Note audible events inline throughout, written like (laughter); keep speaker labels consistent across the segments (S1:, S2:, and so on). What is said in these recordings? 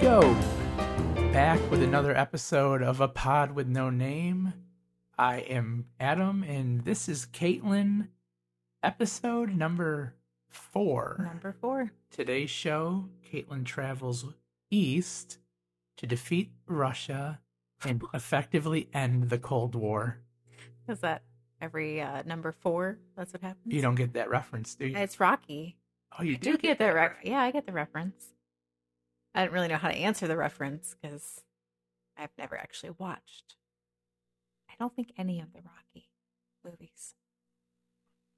S1: So, back with another episode of A Pod with No Name. I am Adam, and this is Caitlin, episode number four.
S2: Number four.
S1: Today's show Caitlin travels east to defeat Russia
S2: (laughs)
S1: and effectively end the Cold War.
S2: Is that every uh, number four? That's what happens. Uh,
S1: You don't get that reference, do you?
S2: It's Rocky.
S1: oh, you
S2: I do get that reference. Yeah, I get the reference. I didn't really know how to answer the reference because I've never actually watched. I don't think any of the Rocky movies.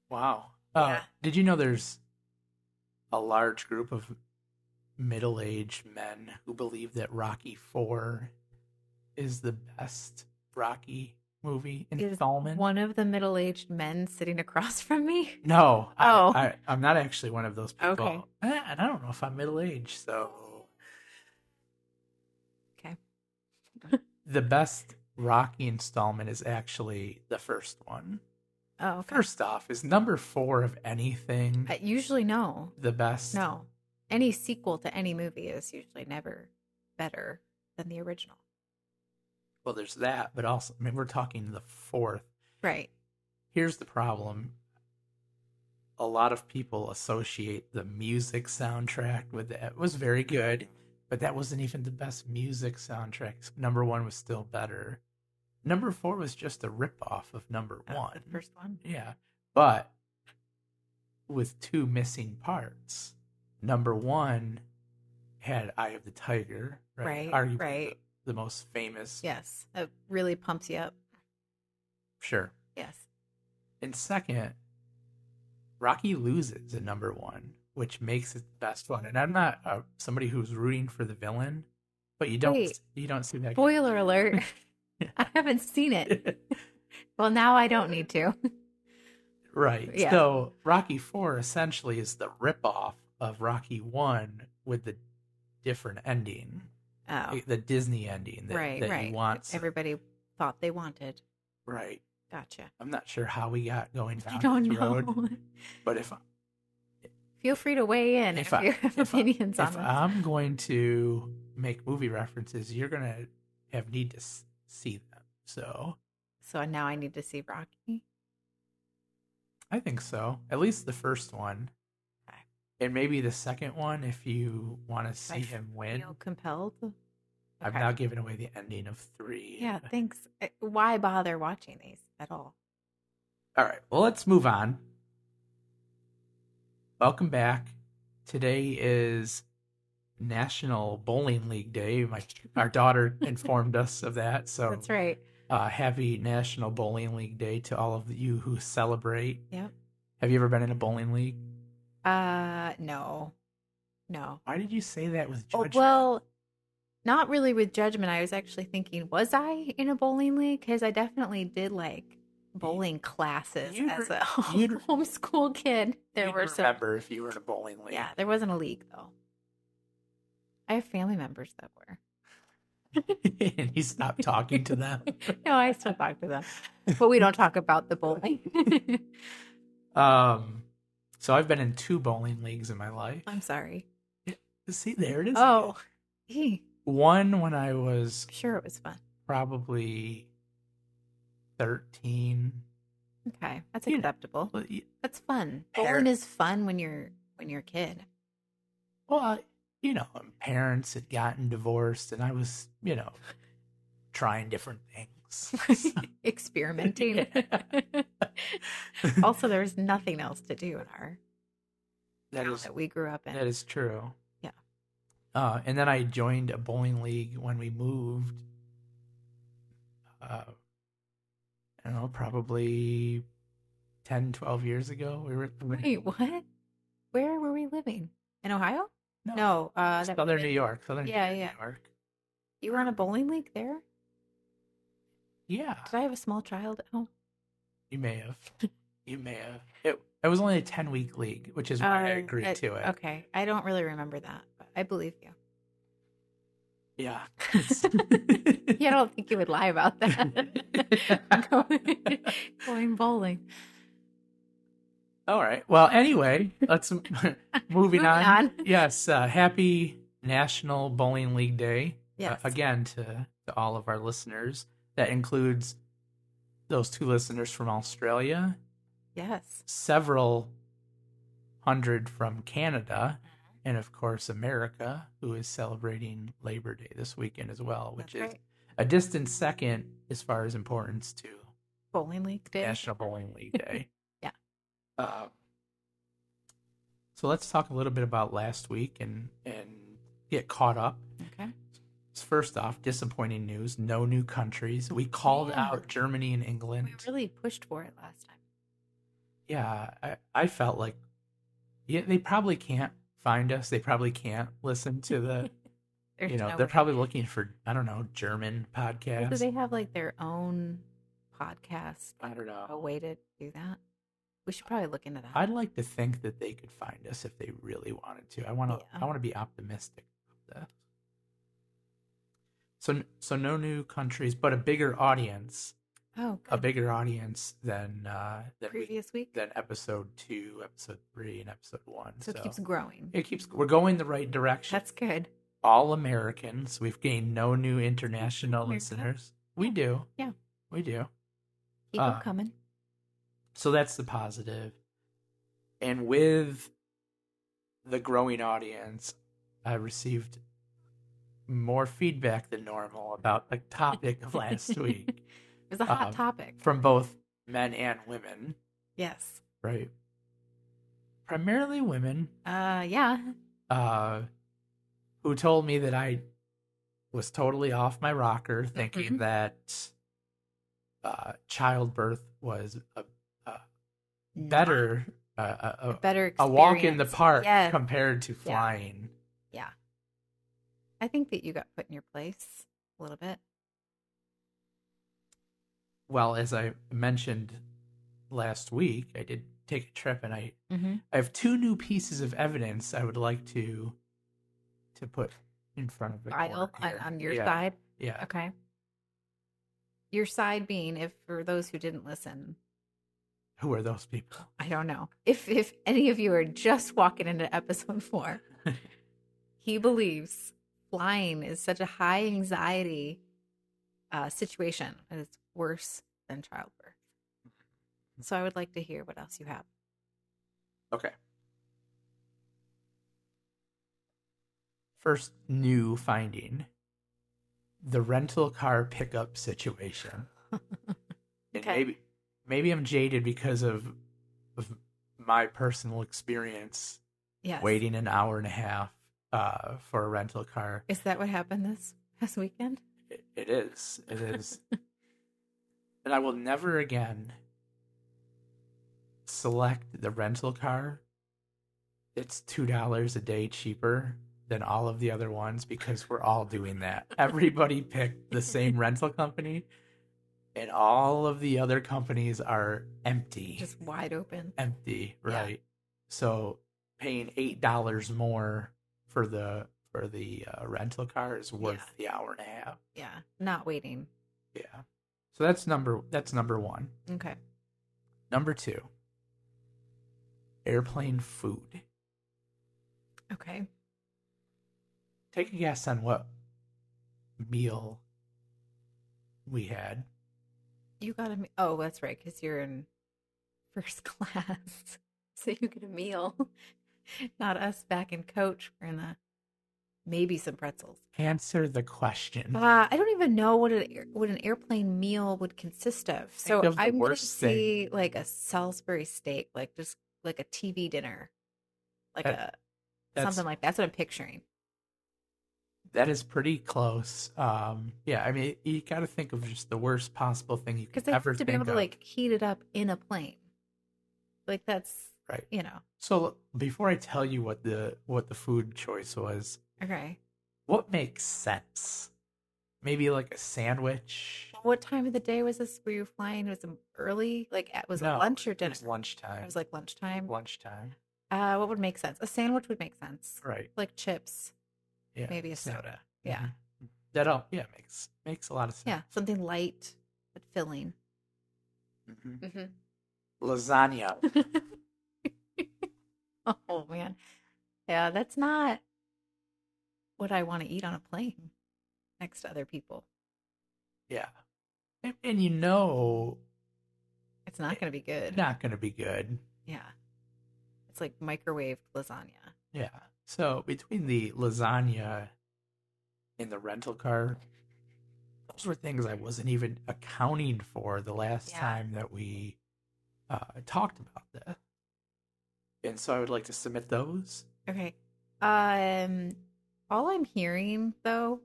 S1: Wow. Uh,
S2: Yeah.
S1: Did you know there's a large group of middle aged men who believe that Rocky Four is the best Rocky movie
S2: Is
S1: installment?
S2: One of the middle-aged men sitting across (laughs) from me.
S1: No. I-
S2: Oh.
S1: I, am not actually one of those people.
S2: Okay.
S1: Eh, And I don't know if I'm middle aged, so.
S2: Okay.
S1: the best Rocky installment is actually the first one.
S2: Oh, okay.
S1: First off, is number four of anything
S2: Uh, usually no,
S1: the best?
S2: no. Any sequel to any movie is usually never better than the original.
S1: Well, there's that, but also, I mean, we're talking the fourth.
S2: Right.
S1: Here's the problem a lot of people associate the music soundtrack with that. It was very good, but that wasn't even the best music soundtrack. Number one was still better. Number four was just a ripoff of number
S2: Uh,
S1: one.
S2: The first one.
S1: Yeah, but with two missing parts. Number one had Eye of the Tiger, right?
S2: Right,
S1: Arguably
S2: right.
S1: The, the most famous.
S2: Yes. It really pumps you up.
S1: Sure.
S2: Yes.
S1: And second, Rocky loses at number one, which makes it the best one. And I'm not uh, somebody who's rooting for the villain, but you don't
S2: Wait.
S1: you don't see that. (laughs)
S2: Spoiler alert. (laughs) I haven't seen it. Well, now I don't
S1: (laughs)
S2: need to. Oh,
S1: right.
S2: Yeah.
S1: So Rocky Four essentially is the ripoff of Rocky One with the different ending,
S2: Oh,
S1: the Disney ending that,
S2: right,
S1: that
S2: right.
S1: you want.
S2: Everybody thought they wanted.
S1: right.
S2: Gotcha.
S1: I'm not sure how we got going down
S2: I don't
S1: this
S2: know. (laughs)
S1: road, but if
S2: Feel free to weigh in if,
S1: If I-
S2: you have
S1: if I-
S2: opinions on
S1: if
S2: this.
S1: I'm going to make movie references, you're gonna have need to s- see them. So
S2: so now I need to see Rocky.
S1: I think so. At least the first one,
S2: Okay.
S1: and maybe the second one if you want to see
S2: I
S1: him win.
S2: Feel compelled.
S1: I'm
S2: Okay.
S1: now giving away the ending of three.
S2: Yeah, thanks. Uh, Why bother watching these at all?
S1: All right. Well, let's move on. Welcome back. Today is National Bowling League Day. My our
S2: (laughs)
S1: daughter informed us of that. So
S2: That's right.
S1: uh, happy National Bowling League Day to all of you who celebrate.
S2: Yep.
S1: Have you ever been in a bowling league?
S2: Uh, no, no.
S1: Why did you say that with
S2: Oh,
S1: judgment?
S2: well, not really with judgment. I was actually thinking, was I in a bowling league? Because I definitely did like bowling classes
S1: you'd
S2: as
S1: re-
S2: a (laughs) home,
S1: you'd-
S2: homeschool kid. There
S1: You'd
S2: were some,
S1: remember if you were in a bowling league.
S2: yeah, there wasn't a league though. I have family members that
S1: (laughs)
S2: were. (laughs)
S1: and you stopped talking to
S2: (laughs)
S1: them.
S2: no, I still talk to them, but we don't talk about the bowling. (laughs)
S1: Um, so I've been in two bowling leagues in my life.
S2: I'm sorry.
S1: See, there it is.
S2: Oh, hey,
S1: One when I was
S2: sure, it was fun.
S1: probably 13.
S2: Okay, that's
S1: You know,
S2: acceptable.
S1: Well, y-
S2: That's fun.
S1: Hair-
S2: Bowling is fun when you're when you're a kid.
S1: Well, you know, my parents had gotten divorced, and I was, you know, trying different things.
S2: (laughs)
S1: (laughs)
S2: experimenting. also, there was nothing else to do in our
S1: that
S2: town
S1: is
S2: that we grew up in.
S1: that is true.
S2: Yeah.
S1: Uh, and then I joined a bowling league when we moved. Uh, I don't know, probably 10, 12 years ago. We were
S2: Wait, what? Where were we living? In Ohio?
S1: No.
S2: No, uh, that
S1: Southern New York, Southern
S2: Yeah,
S1: New
S2: yeah.
S1: York.
S2: you were on a bowling league there.
S1: Yeah,
S2: Did I have a small child Oh, at home?
S1: you may have.
S2: (laughs)
S1: You may have. It, it was only a 10 week league, which is why I
S2: Uh,
S1: agreed
S2: I-
S1: to it.
S2: Okay, I don't really remember that, but I believe you.
S1: Yeah.
S2: (laughs)
S1: (laughs)
S2: Yeah, I don't think you would lie
S1: (laughs)
S2: about that. (laughs) going, going bowling.
S1: All right. Well, anyway, let's (laughs) moving
S2: Moving
S1: on.
S2: on.
S1: Yes, uh, happy National Bowling League Day. Uh,
S2: Yes.
S1: again, to, to all of our listeners, that includes those two listeners from Australia,
S2: Yes.
S1: several hundred from Canada, and of course, America, who is celebrating Labor Day this weekend as well, which is
S2: That's right.
S1: a distant second as far as importance to
S2: Bowling League Day.
S1: National Bowling
S2: (laughs)
S1: League Day.
S2: Yeah.
S1: Uh, so let's talk a little bit about last week and and get caught up.
S2: Okay.
S1: First off, disappointing news: no new countries. We called
S2: Yeah.
S1: out Germany and
S2: We
S1: England.
S2: really pushed for it last time.
S1: yeah, I, I felt like yeah, they probably can't find us. They probably can't listen to the
S2: (laughs) There's
S1: you know
S2: no
S1: they're
S2: way.
S1: probably looking for I don't know German
S2: Or Do
S1: podcasts.
S2: they have like their own podcast?
S1: I don't know.
S2: A way to do that? We should probably look into that.
S1: I'd like to think that they could find us if they really wanted to. I want to.
S2: Yeah.
S1: I want to be optimistic. about that. So, so no new countries, but a bigger audience,
S2: oh,
S1: a
S2: good.
S1: bigger audience than uh, than we,
S2: previous week.
S1: than episode two, episode three, and episode one.
S2: so it keeps growing.
S1: it keeps- We're going the right direction.
S2: (laughs) That's good.
S1: all Americans. We've gained no new international
S2: America.
S1: listeners. We do.
S2: Yeah.
S1: we do.
S2: Keep 'em
S1: Uh,
S2: coming.
S1: So that's the positive. And with the growing audience, I received more feedback than normal about the topic of (laughs) (laughs)
S2: (laughs)
S1: last week
S2: It was a hot
S1: um,
S2: topic.
S1: from both men and women,
S2: yes.
S1: right? Primarily women,
S2: Uh, yeah.
S1: uh, who told me that I was totally off my rocker, thinking
S2: Mhm.
S1: that uh, childbirth was a better, uh, a, a,
S2: a better
S1: a walk in the
S2: experience.
S1: park
S2: Yes.
S1: compared to flying.
S2: I think that you got put in your place a little bit.
S1: Well, as I mentioned last week, I did take a trip, and I
S2: Mm-hmm.
S1: I have two new pieces of evidence I would like to to put in front of the
S2: File
S1: court
S2: on,
S1: here.
S2: on your
S1: yeah,
S2: side.
S1: Yeah,
S2: Okay. Your side being, if for those who didn't listen,
S1: who are those people?
S2: I don't know. If if any of you are just walking into episode (laughs) four, he believes flying is such a high anxiety uh, situation and it's worse than childbirth. So I would like to hear what else you have.
S1: Okay. First new finding the rental car pickup
S2: (laughs)
S1: situation. And
S2: Okay.
S1: maybe maybe I'm jaded because of of my personal experience
S2: Yes.
S1: waiting an hour and a half uh, for a rental car.
S2: Is that what happened this past (laughs) weekend?
S1: It, it is. (laughs) It is. and I will never again select the rental car. It's $2 a day cheaper than all of the other ones because we're all doing (laughs) that. Everybody picked the same rental company, and all of the other companies are empty.
S2: Just wide open.
S1: empty,
S2: Yeah.
S1: right? So paying $8 more for the for the uh, rental car is worth the hour and a half.
S2: Yeah. Not waiting.
S1: Yeah. So that's number that's number 1.
S2: Okay.
S1: Number 2. Airplane food.
S2: Okay.
S1: Take a guess on what meal we had.
S2: You got a me- oh, that's right, because you're in first (laughs) class, so you get a meal. (laughs) Not us back in coach. We're in the maybe some pretzels.
S1: Answer the question.
S2: Uh, I don't even know what an air- what an airplane meal would consist of. So
S1: of the
S2: I'm gonna
S1: worst thing.
S2: see like a Salisbury steak, like just like a TV dinner, like
S1: That-
S2: a
S1: That's,
S2: something like that's what I'm picturing.
S1: that is pretty close. Um yeah, I mean you got to think of just the worst possible thing you
S2: Because
S1: could
S2: they
S1: ever
S2: have to
S1: think
S2: be able
S1: of.
S2: to like heat it up in a plane. Like that's
S1: Right.
S2: You know.
S1: so before I tell you what the what the food choice was,
S2: Okay.
S1: what makes sense? Maybe like a sandwich.
S2: What time of the day was this? Were you flying? Was it early? Like at, was
S1: No,
S2: it lunch or
S1: It
S2: dinner?
S1: was lunchtime.
S2: It was like lunchtime.
S1: lunchtime.
S2: Uh, what would make sense? A sandwich would make sense.
S1: Right.
S2: Like chips.
S1: Yeah.
S2: Maybe a soda. Yeah.
S1: Mhm. That all yeah makes makes a lot of sense.
S2: Yeah, something light but filling.
S1: Mhm.
S2: (laughs) hmm
S1: Lasagna.
S2: oh man, yeah, that's not would I want to eat on a plane next to other people?
S1: (laughs) Yeah. And, and you know,
S2: It's not going to be good.
S1: not going to be good.
S2: Yeah. It's like microwaved lasagna.
S1: Yeah. So between the lasagna and the rental car, those were things I wasn't even accounting for the last
S2: Yeah.
S1: time that we uh, talked about this. And so I would like to submit those.
S2: Okay. Um all I'm hearing though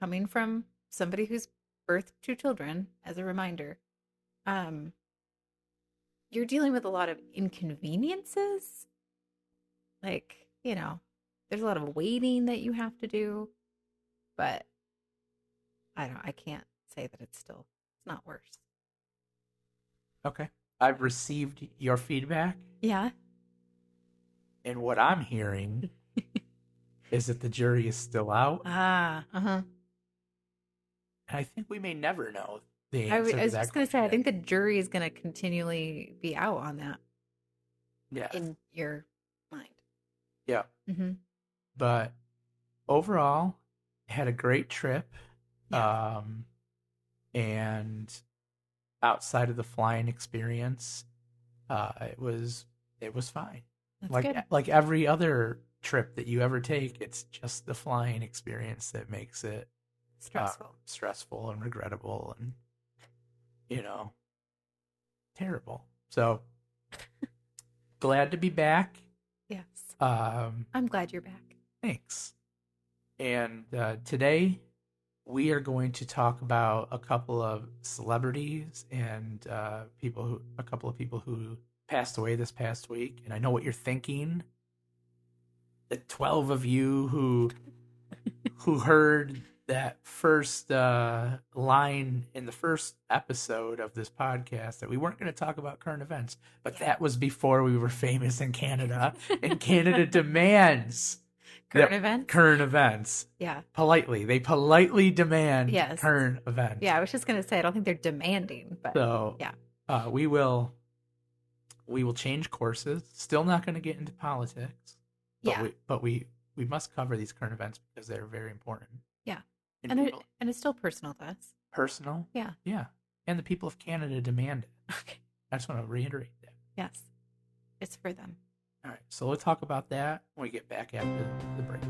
S2: coming from somebody who's birthed two children as a reminder um you're dealing with a lot of inconveniences like you know there's a lot of waiting that you have to do but I don't I can't say that it's still it's not worse.
S1: Okay. I've received your feedback,
S2: Yeah.
S1: and what I'm
S2: (laughs)
S1: hearing is that the jury is still out.
S2: Ah, uh-huh.
S1: And I think we may never know the answer
S2: I, w-
S1: to
S2: I was
S1: that
S2: just going to say, I
S1: question.
S2: think the jury is going to continually be out on that
S1: yeah.
S2: in your mind.
S1: Yeah.
S2: hmm
S1: but overall had a great trip
S2: Yeah.
S1: um and outside of the flying experience uh it was it was fine
S2: That's
S1: like uh,
S2: good.
S1: like every other trip that you ever take it's just the flying experience that makes it uh,
S2: Stressful.
S1: stressful and regrettable and you know terrible so
S2: (laughs)
S1: glad to be back
S2: yes.
S1: um
S2: I'm glad you're back.
S1: Thanks. And uh, today we are going to talk about a couple of celebrities and uh, people who, a couple of people who passed away this past week. And I know what you're thinking. The 12 of you who who heard that first uh, line in the first episode of this podcast that we weren't going to talk about current events, but
S2: Yeah.
S1: that was before we were famous in Canada. And Canada demands
S2: Current event?
S1: current events
S2: yeah.
S1: politely. They politely demand
S2: Yes.
S1: current events.
S2: Yeah. I was just going to say, I don't think they're demanding, but
S1: So
S2: Yeah.
S1: uh, we will we will change courses. Still not going to get into politics. But
S2: yeah.
S1: We, but we we must cover these current events because they're very important.
S2: Yeah.
S1: And,
S2: and, it,
S1: people-
S2: and it's still personal to us.
S1: personal.
S2: Yeah.
S1: Yeah. And the people of Canada demand it.
S2: Okay.
S1: I just want to reiterate that.
S2: Yes. It's for them.
S1: All right. So we'll talk about that when we get back after the break.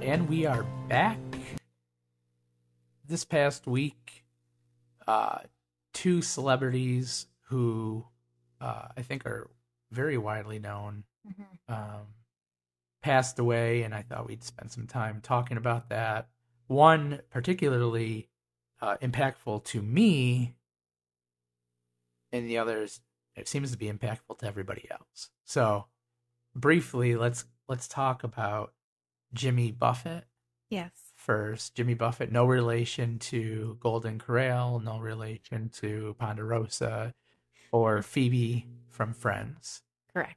S1: And we are back. This past week, uh, two celebrities who uh, I think are very widely known
S2: Mm-hmm.
S1: um, passed away, and I thought we'd spend some time talking about that. One particularly uh, impactful to me, and the others it seems to be impactful to everybody else. So, briefly, let's let's talk about Jimmy Buffett
S2: Yes.
S1: first. Jimmy Buffett, no relation to Golden Corral, no relation to Ponderosa or Phoebe from Friends
S2: Correct.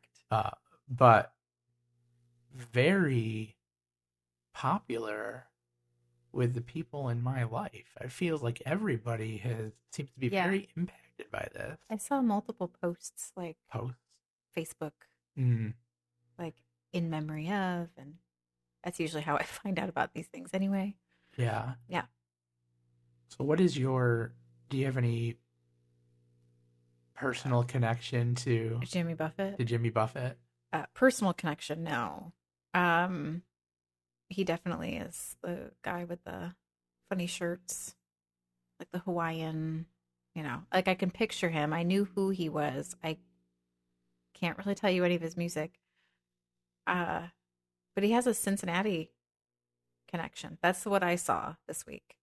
S1: but very popular with the people in my life. I feel like everybody has seems to be
S2: Yeah.
S1: very impacted by this
S2: I saw multiple posts like
S1: post.
S2: Facebook
S1: Mm,
S2: like in memory of and that's usually how i (laughs) find out about these things anyway
S1: yeah,
S2: Yeah.
S1: So, what is your? Do you have any personal connection to
S2: jimmy buffett
S1: to Jimmy Buffett?
S2: uh, personal connection no um he definitely is the guy with the funny shirts like the hawaiian you know like i can picture him i knew who he was i can't really tell you any of his music uh but he has a cincinnati connection that's what i saw this week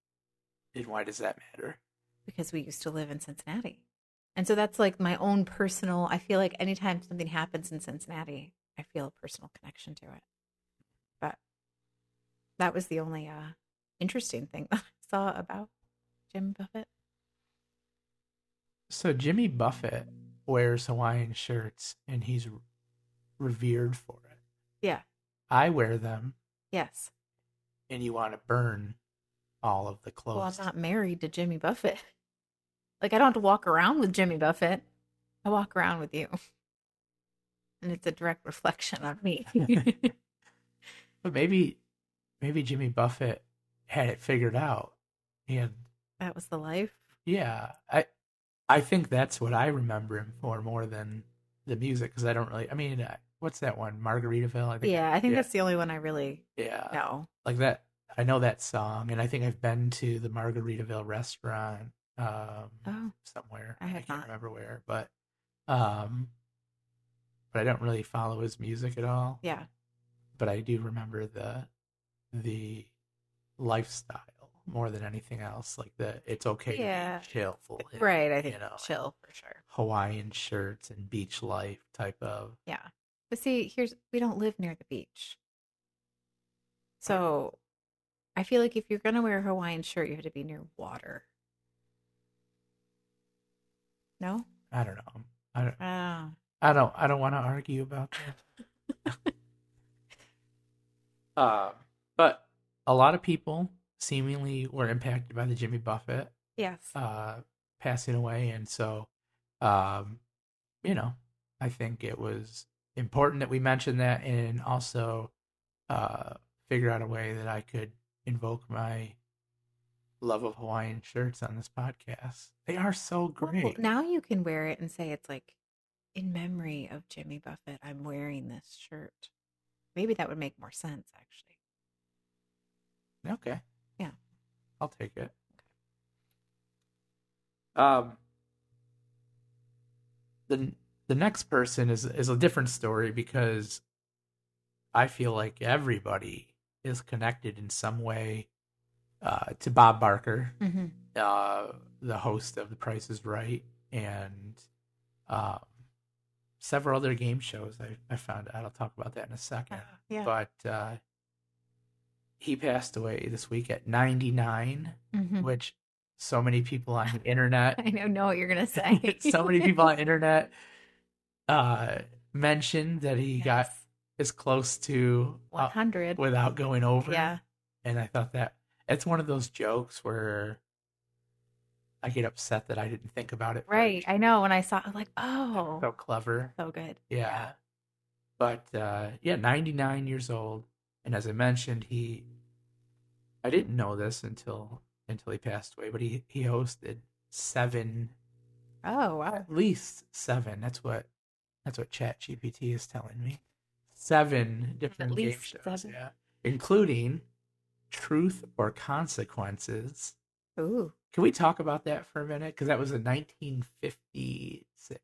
S1: And why does that matter?
S2: because we used to live in Cincinnati. And so that's like my own personal, I feel like anytime something happens in Cincinnati, I feel a personal connection to it. But that was the only uh, interesting thing (laughs) that I saw about Jim Buffett.
S1: So Jimmy Buffett wears Hawaiian shirts and he's revered for it.
S2: Yeah.
S1: I wear them
S2: Yes.
S1: and you want to burn all of the clothes.
S2: Well, I'm not married to Jimmy Buffett. (laughs) Like I don't have to walk around with Jimmy Buffett. I walk around with you. (laughs) And it's a direct reflection on
S1: (laughs)
S2: me.
S1: But maybe maybe Jimmy Buffett had it figured out. He had
S2: that was the life.
S1: yeah. I I think that's what I remember him for more than the music because I don't really I mean uh, what's that one Margaritaville I think
S2: Yeah, I think
S1: yeah. Uh,
S2: that's the only one I really
S1: yeah
S2: know.
S1: like that I know that song and I think I've been to the Margaritaville restaurant um
S2: Oh,
S1: somewhere
S2: I have
S1: can't
S2: not.
S1: remember where but um but I don't really follow his music at all
S2: yeah.
S1: but I do remember the the lifestyle more than anything else. Like the it's okay
S2: Yeah.
S1: to be chillful, and,
S2: Right. I think
S1: know,
S2: chill for sure.
S1: Hawaiian shirts and beach life type of.
S2: Yeah. But see, here's we don't live near the beach. So I feel like if you're gonna wear a Hawaiian shirt, you have to be near water. No?
S1: I don't know. I don't.
S2: Ah.
S1: I don't. I don't want to argue about that. (laughs) uh, but a lot of people seemingly were impacted by the Jimmy Buffett
S2: Yes.
S1: uh, passing away, and so, um, you know, I think it was important that we mention that, and also uh, figure out a way that I could invoke my love of Hawaiian shirts on this podcast. They are so
S2: Well,
S1: great.
S2: now you can wear it and say it's like in memory of Jimmy Buffett, I'm wearing this shirt. Maybe that would make more sense actually.
S1: Okay.
S2: Yeah.
S1: I'll take it. Um the the next person is is a different story because I feel like everybody is connected in some way uh to Bob Barker,
S2: Mm-hmm.
S1: uh the host of The Price is Right and um several other game shows I, I found out. I'll talk about that in a second
S2: yeah.
S1: but uh, he passed away this week at 99,
S2: Mhm.
S1: which so many people on the internet,
S2: (laughs) I know, know what
S1: (laughs)
S2: you're gonna say.
S1: so many
S2: (laughs)
S1: people on the internet uh, mentioned that he got as close to
S2: one
S1: uh,
S2: hundred.
S1: without going over.
S2: Yeah.
S1: And I thought that it's one of those jokes where I get upset that I didn't think about it.
S2: Right. I know. When I saw, I'm like, oh,
S1: So clever.
S2: so good.
S1: Yeah. But uh, yeah, 99 years old, and as I mentioned, he I didn't know this until until he passed away, but he he hosted seven,
S2: Oh wow.
S1: at least seven. That's what that's what ChatGPT is telling me. Seven different game
S2: least
S1: shows,
S2: seven.
S1: yeah, including Truth or Consequences.
S2: Ooh,
S1: Can we talk about that for a minute? Because that was in 1956.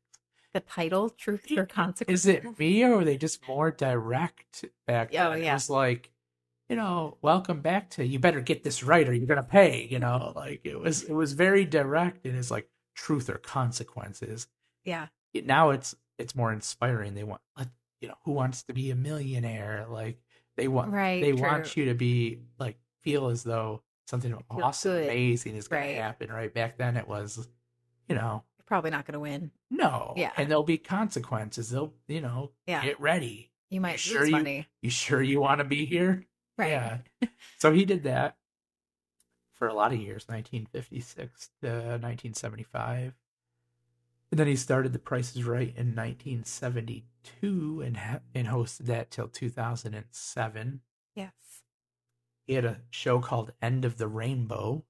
S2: the title, truth or consequence.
S1: is it me or were they just more direct back
S2: Oh,
S1: then?
S2: yeah.
S1: It was like, you know, welcome back to you better get this right or you're gonna pay, you know. Like it was it was very direct and it's like truth or consequences.
S2: Yeah.
S1: It- now it's it's more inspiring. They want let you know, who wants to be a millionaire? Like they want
S2: Right.
S1: they
S2: true.
S1: want you to be like feel as though something
S2: feel
S1: awesome,
S2: good.
S1: amazing is gonna
S2: Right.
S1: happen, right? Back then it was, you know,
S2: You're probably not gonna win.
S1: no.
S2: Yeah.
S1: And there'll be consequences. They'll, you know,
S2: Yeah.
S1: get ready.
S2: You might
S1: sure
S2: lose
S1: you-
S2: money.
S1: You sure you want to be here?
S2: Right.
S1: Yeah. so he did that for a lot of years, 1956 to 1975. And then he started The Price is Right in 1972 and, ha- and hosted that till 2007.
S2: Yes.
S1: He had a show called End of the Rainbow.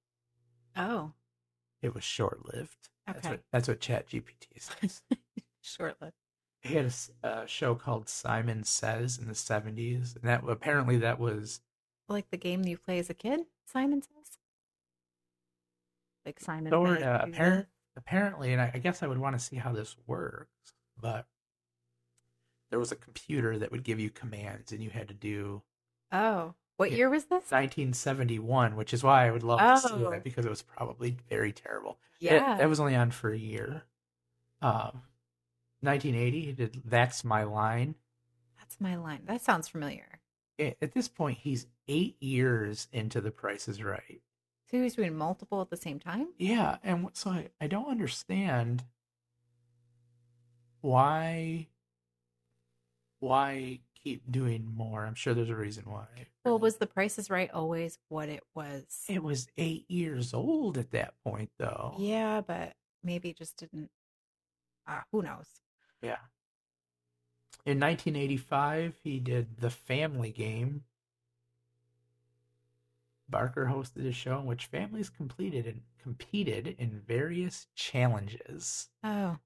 S2: Oh,
S1: It was short lived. That's
S2: Okay.
S1: what, that's what ChatGPT says.
S2: short lived.
S1: he had a s- a show called Simon Says in the 70s. And that apparently that was
S2: Like the game you play as a kid, Simon says. Like Simon.
S1: Sort
S2: says,
S1: of.
S2: do
S1: Apparent, uh, apparently, and I, I guess I would want to see how this works, but there was a computer that would give you commands, and you had to do
S2: that. Oh, what
S1: Yeah.
S2: year was this?
S1: 1971, which is why I would love to see
S2: Oh.
S1: that because it was probably very terrible. It-
S2: Yeah.
S1: that was only on for a year. Um, 1980, he did That's My Line.
S2: That's my line. That sounds familiar.
S1: A- At this point, he's eight years into The Price is Right.
S2: So he was doing multiple at the same time.
S1: Yeah, and what- so I, I don't understand why why keep doing more? I'm sure there's a reason why.
S2: Well, was The Price is Right always what it was?
S1: it was eight years old at that point though.
S2: Yeah, but maybe it just didn't. Uh, who knows?
S1: Yeah. In 1985, he did The Family Game. Barker hosted a show in which families completed and competed in various challenges.
S2: Oh,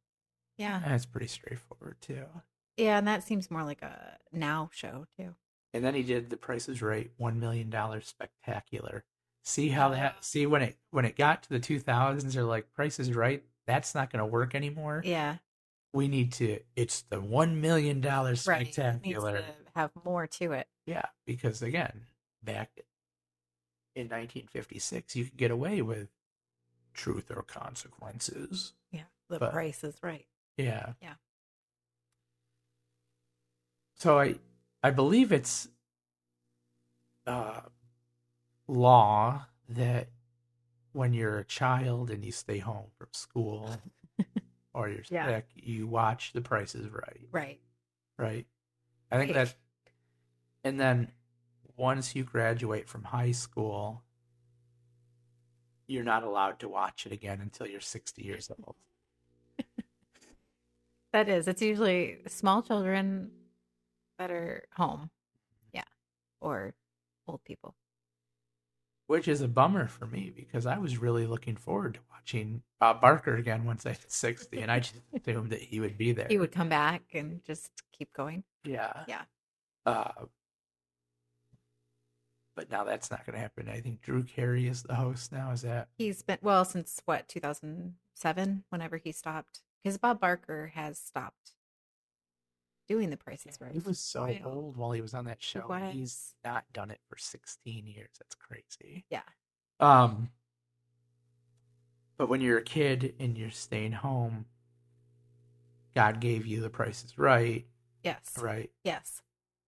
S2: yeah,
S1: That's pretty straightforward too.
S2: yeah, and that seems more like a now show too.
S1: And then he did The Price is Right, One Million Dollar Spectacular. See how that? See when it when it got to the 2000s, they're like, Price is Right. That's not going to work anymore.
S2: Yeah,
S1: We need to. It's the One Million Dollar
S2: right. It needs
S1: Spectacular.
S2: to have more to it.
S1: Yeah, because again, back in 1956, you could get away with truth or consequences.
S2: Yeah, the
S1: But-
S2: price is right.
S1: Yeah.
S2: Yeah.
S1: So I I believe it's uh law that when you're a child and you stay home from school
S2: (laughs)
S1: or you're
S2: Yeah.
S1: sick, you watch The Price is Right.
S2: Right.
S1: Right. I think
S2: Right.
S1: that, and then once you graduate from high school, you're not allowed to watch it again until you're 60 years old.
S2: That is. It's usually small children that are home. Yeah. Or old people.
S1: Which is a bummer for me because I was really looking forward to watching Bob Barker again once I hit 60, and I
S2: (laughs)
S1: just assumed that he would be there.
S2: He would come back and just keep going.
S1: Yeah.
S2: Yeah.
S1: Uh, but now that's not going to happen. I think Drew Carey is the host now. Is that?
S2: He's been, well, since what, 2007, whenever he stopped? Because Bob Barker has stopped doing the prices right.
S1: He was so
S2: Wild.
S1: old while he was on that
S2: He
S1: show. and He's
S2: was.
S1: not done it for 16 years. That's crazy.
S2: Yeah.
S1: Um but when you're a kid and you're staying home, God gave you the price is right,
S2: Yes.
S1: right,
S2: Yes.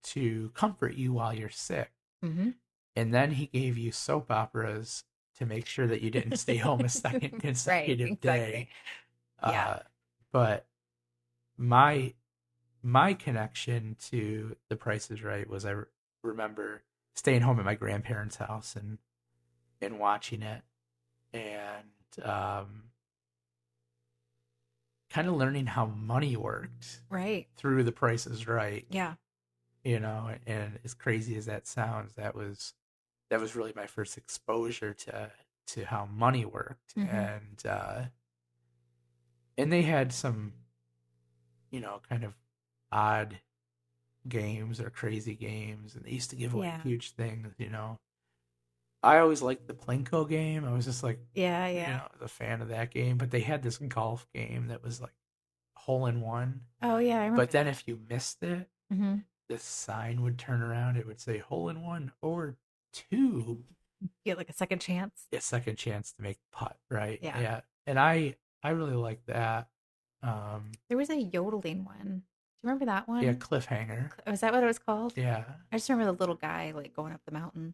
S1: to comfort you while you're sick.
S2: hmm
S1: And then he gave you soap operas to make sure that you didn't stay home a second consecutive day.
S2: Yeah.
S1: Uh, but my my connection to The Price is Right was I re- remember staying home at my grandparents' house and and watching it and um, kind of learning how money worked
S2: Right.
S1: through The Price is Right.
S2: Yeah.
S1: You know, and as crazy as that sounds, that was that was really my first exposure to to how money worked
S2: Mhm.
S1: and uh and they had some you know kind of odd games or crazy games and they used to give away
S2: Yeah.
S1: huge things you know i always liked the plinko game i was just like
S2: Yeah.
S1: you
S2: Yeah.
S1: know I was a fan of that game but they had this golf game that was like hole in one
S2: Oh, yeah. I remember.
S1: but then if you missed it
S2: hmm
S1: the sign would turn around it would say hole in one or two
S2: get like a second chance.
S1: a second chance to make putt, right?
S2: Yeah.
S1: Yeah. And I I really like that. Um
S2: There was a yodeling one. Do you remember that one?
S1: yeah, cliffhanger.
S2: Was that what it was called?
S1: Yeah.
S2: I just remember the little guy like going up the mountain.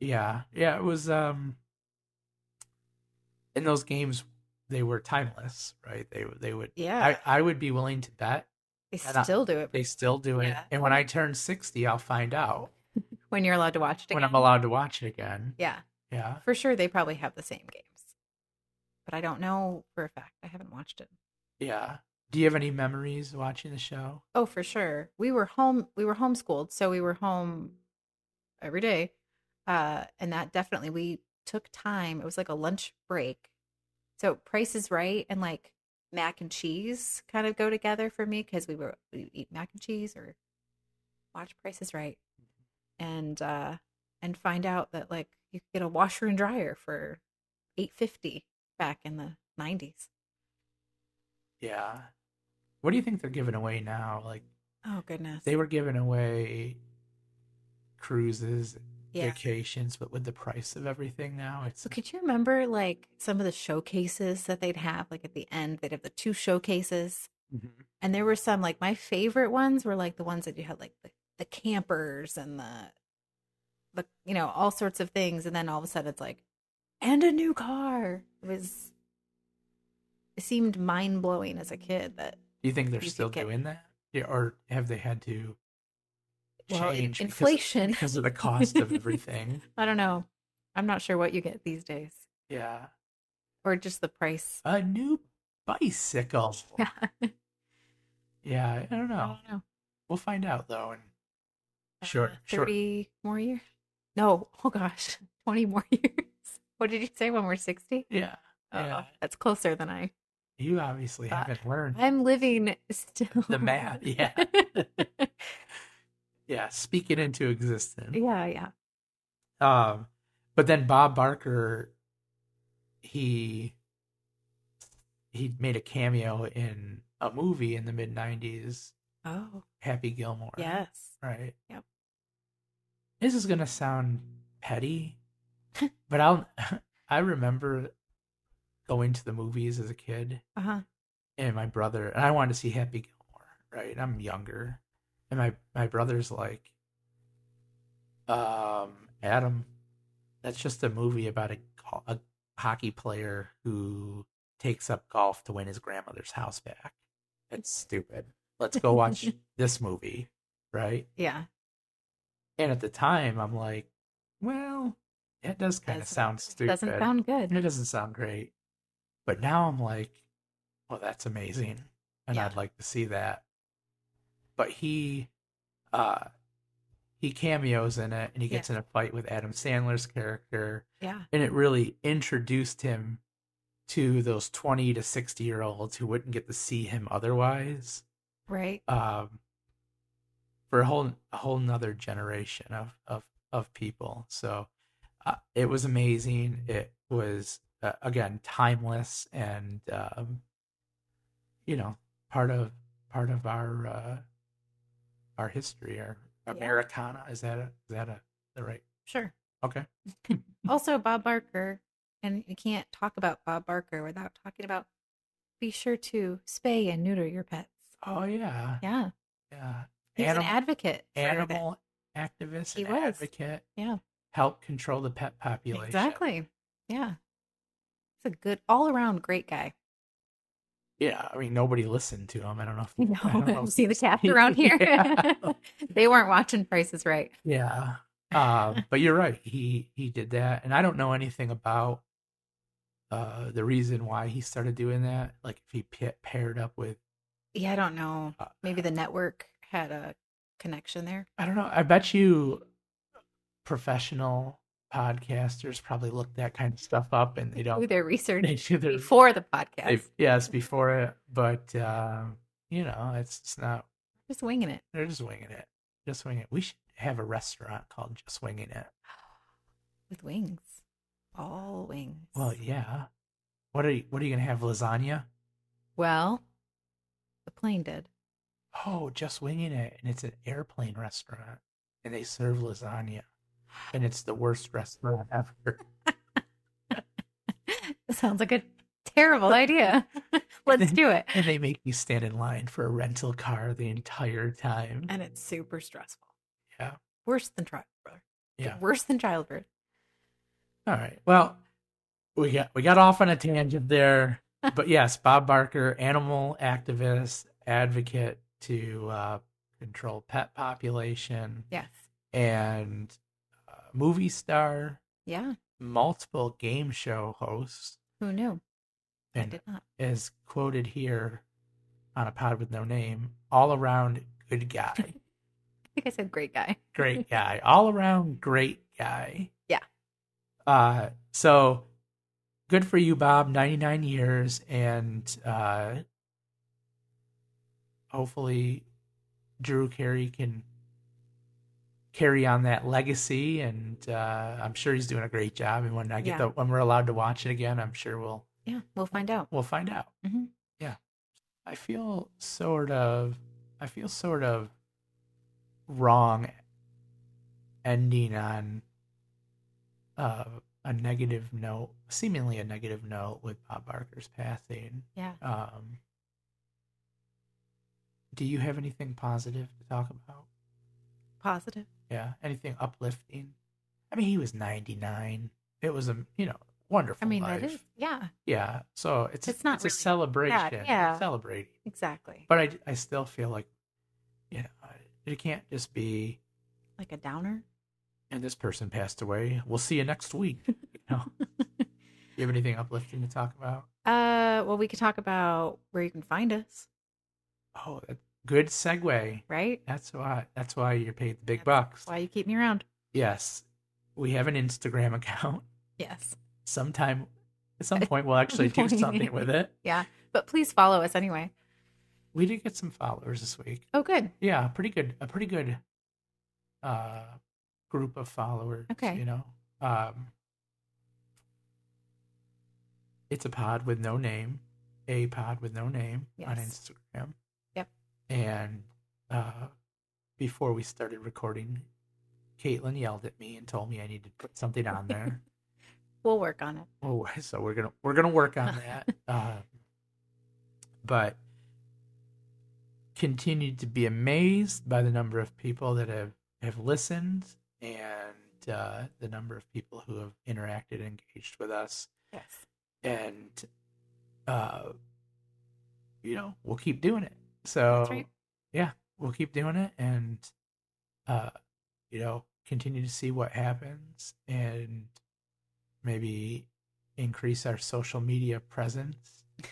S1: Yeah. Yeah, it was um in those games they were timeless, right? They they would
S2: Yeah,
S1: I, I would be willing to bet
S2: they
S1: and I-
S2: still do it
S1: they still do it.
S2: Yeah.
S1: And when I turn 60, I'll find out
S2: when you're allowed to watch it.
S1: when
S2: Again.
S1: I'm allowed to watch it again.
S2: yeah,
S1: Yeah.
S2: for sure they probably have the same games, but I don't know for a fact. I haven't watched it.
S1: Yeah. Do you have any memories watching the show?
S2: Oh, for sure. We were home. We were homeschooled, so we were home every day, uh, and that definitely we took time. It was like a lunch break. So Price is Right and like mac and cheese kind of go together for me because we were we eat mac and cheese or watch Price is Right, and uh, and find out that like you could get a washer and dryer for eight fifty back in the nineties.
S1: Yeah. What do you think they're giving away now? Like
S2: Oh goodness.
S1: they were giving away cruises,
S2: yeah.
S1: vacations, but with the price of everything now, it's
S2: So could you remember like some of the showcases that they'd have like at the end they'd have the two showcases
S1: Mhm.
S2: and there were some like my favorite ones were like the ones that you had like the, the campers and the the you know all sorts of things and then all of a sudden it's like and a new car it was it seemed mind blowing as a kid that
S1: Do you think they're
S2: You
S1: still
S2: think it-
S1: doing that? Yeah, or have they had to
S2: Well, in-
S1: change because-
S2: inflation. (laughs)
S1: because of the cost of everything?
S2: I don't know. I'm not sure what you get these days
S1: Yeah.
S2: or just the price.
S1: A new bicycle.
S2: (laughs) Yeah.
S1: Yeah, I don't
S2: I
S1: know.
S2: don't know.
S1: We'll find out though. And Sure,
S2: Uh,
S1: sure.
S2: 30 more years? No. (laughs) Oh gosh. 20 more (laughs) years. What did you say when we're 60?
S1: yeah,
S2: Oh,
S1: Yeah.
S2: that's closer than I.
S1: you obviously
S2: Fuck.
S1: haven't learned
S2: I'm living (laughs) still.
S1: the math.
S2: (laughs)
S1: Yeah, yeah, speak it into existence.
S2: yeah, yeah.
S1: Um, but then Bob Barker, he he made a cameo in a movie in the mid '90s,
S2: Oh,
S1: Happy Gilmore.
S2: yes.
S1: right.
S2: Yep.
S1: This is gonna sound petty, but I'll (laughs) I remember going to the movies as a kid
S2: Uh huh.
S1: and my brother and I wanted to see Happy Gilmore, right? I'm younger. And my my brother's like um Adam, that's just a movie about a go- a hockey player who takes up golf to win his grandmother's house back. That's stupid. Let's go watch this movie, right?
S2: Yeah.
S1: And at the time I'm like, well, that does kind of
S2: Doesn't-
S1: sound stupid.
S2: Doesn't sound
S1: And
S2: good.
S1: it doesn't sound great. But now I'm like, well, that's amazing. And
S2: Yeah.
S1: I'd like to see that. But he uh he cameos in it and he gets in a fight with Adam Sandler's character.
S2: Yeah.
S1: And it really introduced him to those twenty to sixty year olds who wouldn't get to see him otherwise.
S2: Right.
S1: Um for a whole a whole nother generation of of of people. So uh, it was amazing. It was uh, again timeless and um, you know part of part of our uh, our history. Our
S2: Yeah.
S1: Americana is that a, is that a the right?
S2: Sure. (laughs)
S1: Okay,
S2: Also, Bob Barker, and you can't talk about Bob Barker without talking about be sure to spay and neuter your pets.
S1: oh yeah,
S2: Yeah.
S1: yeah.
S2: He's
S1: Anim-
S2: an advocate. for that.
S1: animal activist,
S2: He
S1: and
S2: was.
S1: advocate.
S2: Yeah.
S1: help control the pet population.
S2: Exactly. Yeah. He's a good, all around great guy. (laughs)
S1: Yeah, I mean nobody listened to him. I don't know.
S2: (laughs)
S1: If,
S2: You know,
S1: I don't know
S2: you
S1: if-
S2: see
S1: (laughs)
S2: the cats around here.
S1: Yeah.
S2: (laughs) they weren't watching prices right. (laughs)
S1: Yeah. Um, but you're right. He he did that, and I don't know anything about uh the reason why he started doing that. Like if he pa- paired up with,
S2: Yeah, I don't know.
S1: uh,
S2: Maybe the network had a connection there.
S1: I don't know. I bet you professional podcasters probably look that kind of stuff up, and they
S2: Do
S1: don't.
S2: their
S1: (laughs)
S2: research (laughs)
S1: They do their
S2: before the podcast.
S1: they- yes before it, but um, you know it's it's not.
S2: Just winging it.
S1: They're just winging it. Just winging it. We should have a restaurant called Just Winging It.
S2: With wings. All wings.
S1: Well, yeah. What are you, what are you gonna have? Lasagna?
S2: Well, the plane did. (laughs)
S1: Oh, just winging it, and it's an airplane restaurant, and they serve lasagna, and it's the worst restaurant (laughs) ever.
S2: Sounds like a terrible idea. (laughs) Let's do it.
S1: And they make you stand in line for a rental car the entire time.
S2: And it's super stressful.
S1: Yeah.
S2: Worse than childbirth.
S1: Yeah.
S2: Worse than childbirth.
S1: All right. Well, we got we got off on a tangent there, but yes, Bob Barker, animal activist, advocate to uh, control pet population,
S2: Yes.
S1: and uh, movie star,
S2: Yeah.
S1: multiple game show host,
S2: Who knew? I
S1: and
S2: did not.
S1: is quoted here on a pod with no name all around good guy
S2: I think I said great guy. (laughs)
S1: great guy all around great guy
S2: Yeah.
S1: uh so good for you bob 99 years and uh hopefully drew carey can carry on that legacy and uh i'm sure he's doing a great job and when i get
S2: Yeah.
S1: the when we're allowed to watch it again i'm sure we'll
S2: Yeah. We'll find out.
S1: we'll find out.
S2: Mhm.
S1: Yeah. I feel sort of I feel sort of wrong ending on uh, a negative note, seemingly a negative note with Bob Barker's passing.
S2: Yeah.
S1: Um do you have anything positive to talk about?
S2: Positive.
S1: Yeah, anything uplifting? I mean, he was 99. It was a, you know, wonderful
S2: I mean,
S1: life.
S2: that is, yeah,
S1: Yeah. So it's
S2: It's not
S1: it's
S2: really
S1: a
S2: that,
S1: celebration.
S2: yeah.
S1: Celebrating.
S2: exactly.
S1: But I I still feel like you know it can't just be
S2: Like a downer.
S1: and this person passed away. We'll see you next week. You know. you have anything uplifting to talk about?
S2: (laughs) Uh, well, we could talk about where you can find us,
S1: Oh, that, good segue.
S2: right?
S1: That's why. That's why you're paid the big
S2: That's
S1: bucks.
S2: Why you keep me around?
S1: Yes, we have an Instagram (laughs) account.
S2: Yes,
S1: Sometime, at
S2: (laughs)
S1: some point, we'll actually do something with it.
S2: yeah. But please follow us anyway.
S1: We did get some followers this week.
S2: Oh, good.
S1: Yeah, pretty good. A pretty good uh, group of followers.
S2: Okay.
S1: You know, um, it's a pod with no name, a pod with no name on
S2: Yes.
S1: Instagram.
S2: Yep.
S1: And uh, before we started recording, Caitlin yelled at me and told me I need to put something on there.
S2: We'll work on it.
S1: Oh, (laughs) so we're gonna we're gonna work on that. uh, but continue to be amazed by the number of people that have have listened and uh, the number of people who have interacted and engaged with us.
S2: Yes.
S1: And uh, you know, we'll keep doing it. So
S2: right.
S1: yeah, we'll keep doing it, and uh, you know, continue to see what happens, and maybe increase our social media presence.
S2: A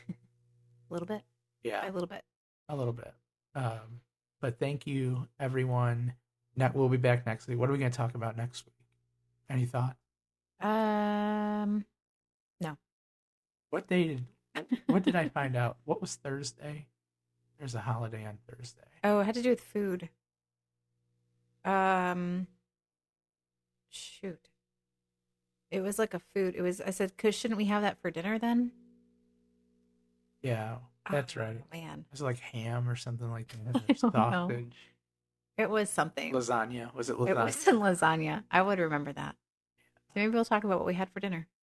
S2: little bit.
S1: Yeah,
S2: A little bit.
S1: a little bit. Um, but thank you, everyone. Ne- we'll be back next week. What are we going to talk about next week? Any thought?
S2: Um. (laughs)
S1: What day did? What did I find out? What was Thursday? There's a holiday on Thursday.
S2: Oh, it had to do with food. Um, shoot. It was like a food. It was. I said, "Cause shouldn't we have that for dinner then?"
S1: Yeah, that's right. It
S2: Oh, man,
S1: was like ham or something like that.
S2: (laughs) I
S1: or
S2: don't know.
S1: Sausage,
S2: it was something.
S1: lasagna. Was it
S2: it
S1: lasagna?
S2: was (laughs) in lasagna. I would remember that. So maybe we'll talk about what we had for dinner. (laughs)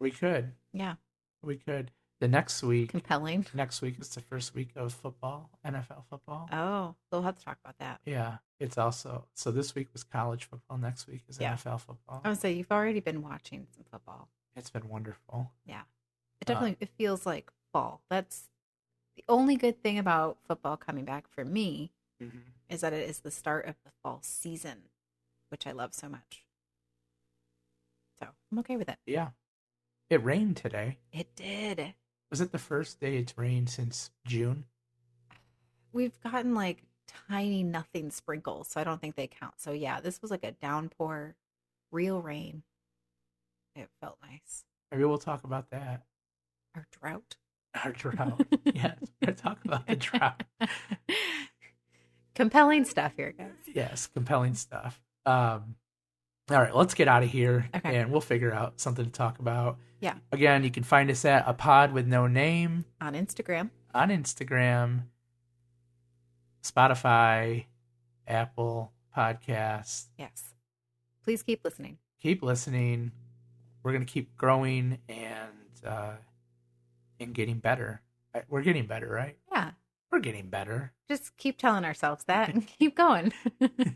S1: We could.
S2: Yeah,
S1: We could. The next week.
S2: compelling.
S1: Next week is the first week of football, NFL football.
S2: Oh, we'll have to talk about that.
S1: Yeah, it's also so. This week was college football. Next week is
S2: Yeah.
S1: NFL football.
S2: I would say you've already been watching some football.
S1: It's been wonderful.
S2: It
S1: Uh,
S2: definitely it feels like fall. That's the only good thing about football coming back for me is that it is the start of the fall season, which I love so much. So I'm okay with it.
S1: Yeah, it rained today.
S2: It did.
S1: Was it the first day it's rained since June?
S2: We've gotten like tiny nothing sprinkles, so I don't think they count. So yeah, this was like a downpour, real rain. It felt nice.
S1: Maybe we'll talk about that.
S2: Or drought.
S1: Our
S2: (laughs)
S1: drought. Oh, yes, we're gonna talk about the drought.
S2: Compelling stuff here, guys.
S1: Yes, compelling stuff. Um, all right, let's get out of here,
S2: Okay.
S1: and we'll figure out something to talk about.
S2: Yeah.
S1: Again, you can find us at a pod with no name.
S2: On Instagram,
S1: on Instagram, Spotify, Apple Podcasts.
S2: yes. Please keep listening.
S1: Keep listening. We're going to keep growing and uh, and getting better. I- We're getting better, right?
S2: Yeah,
S1: We're getting better.
S2: just keep telling ourselves that and (laughs) keep going. it's great.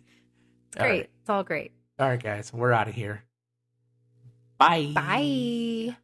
S1: All right.
S2: It's all great.
S1: All right, guys, we're out of here. Bye.
S2: Bye.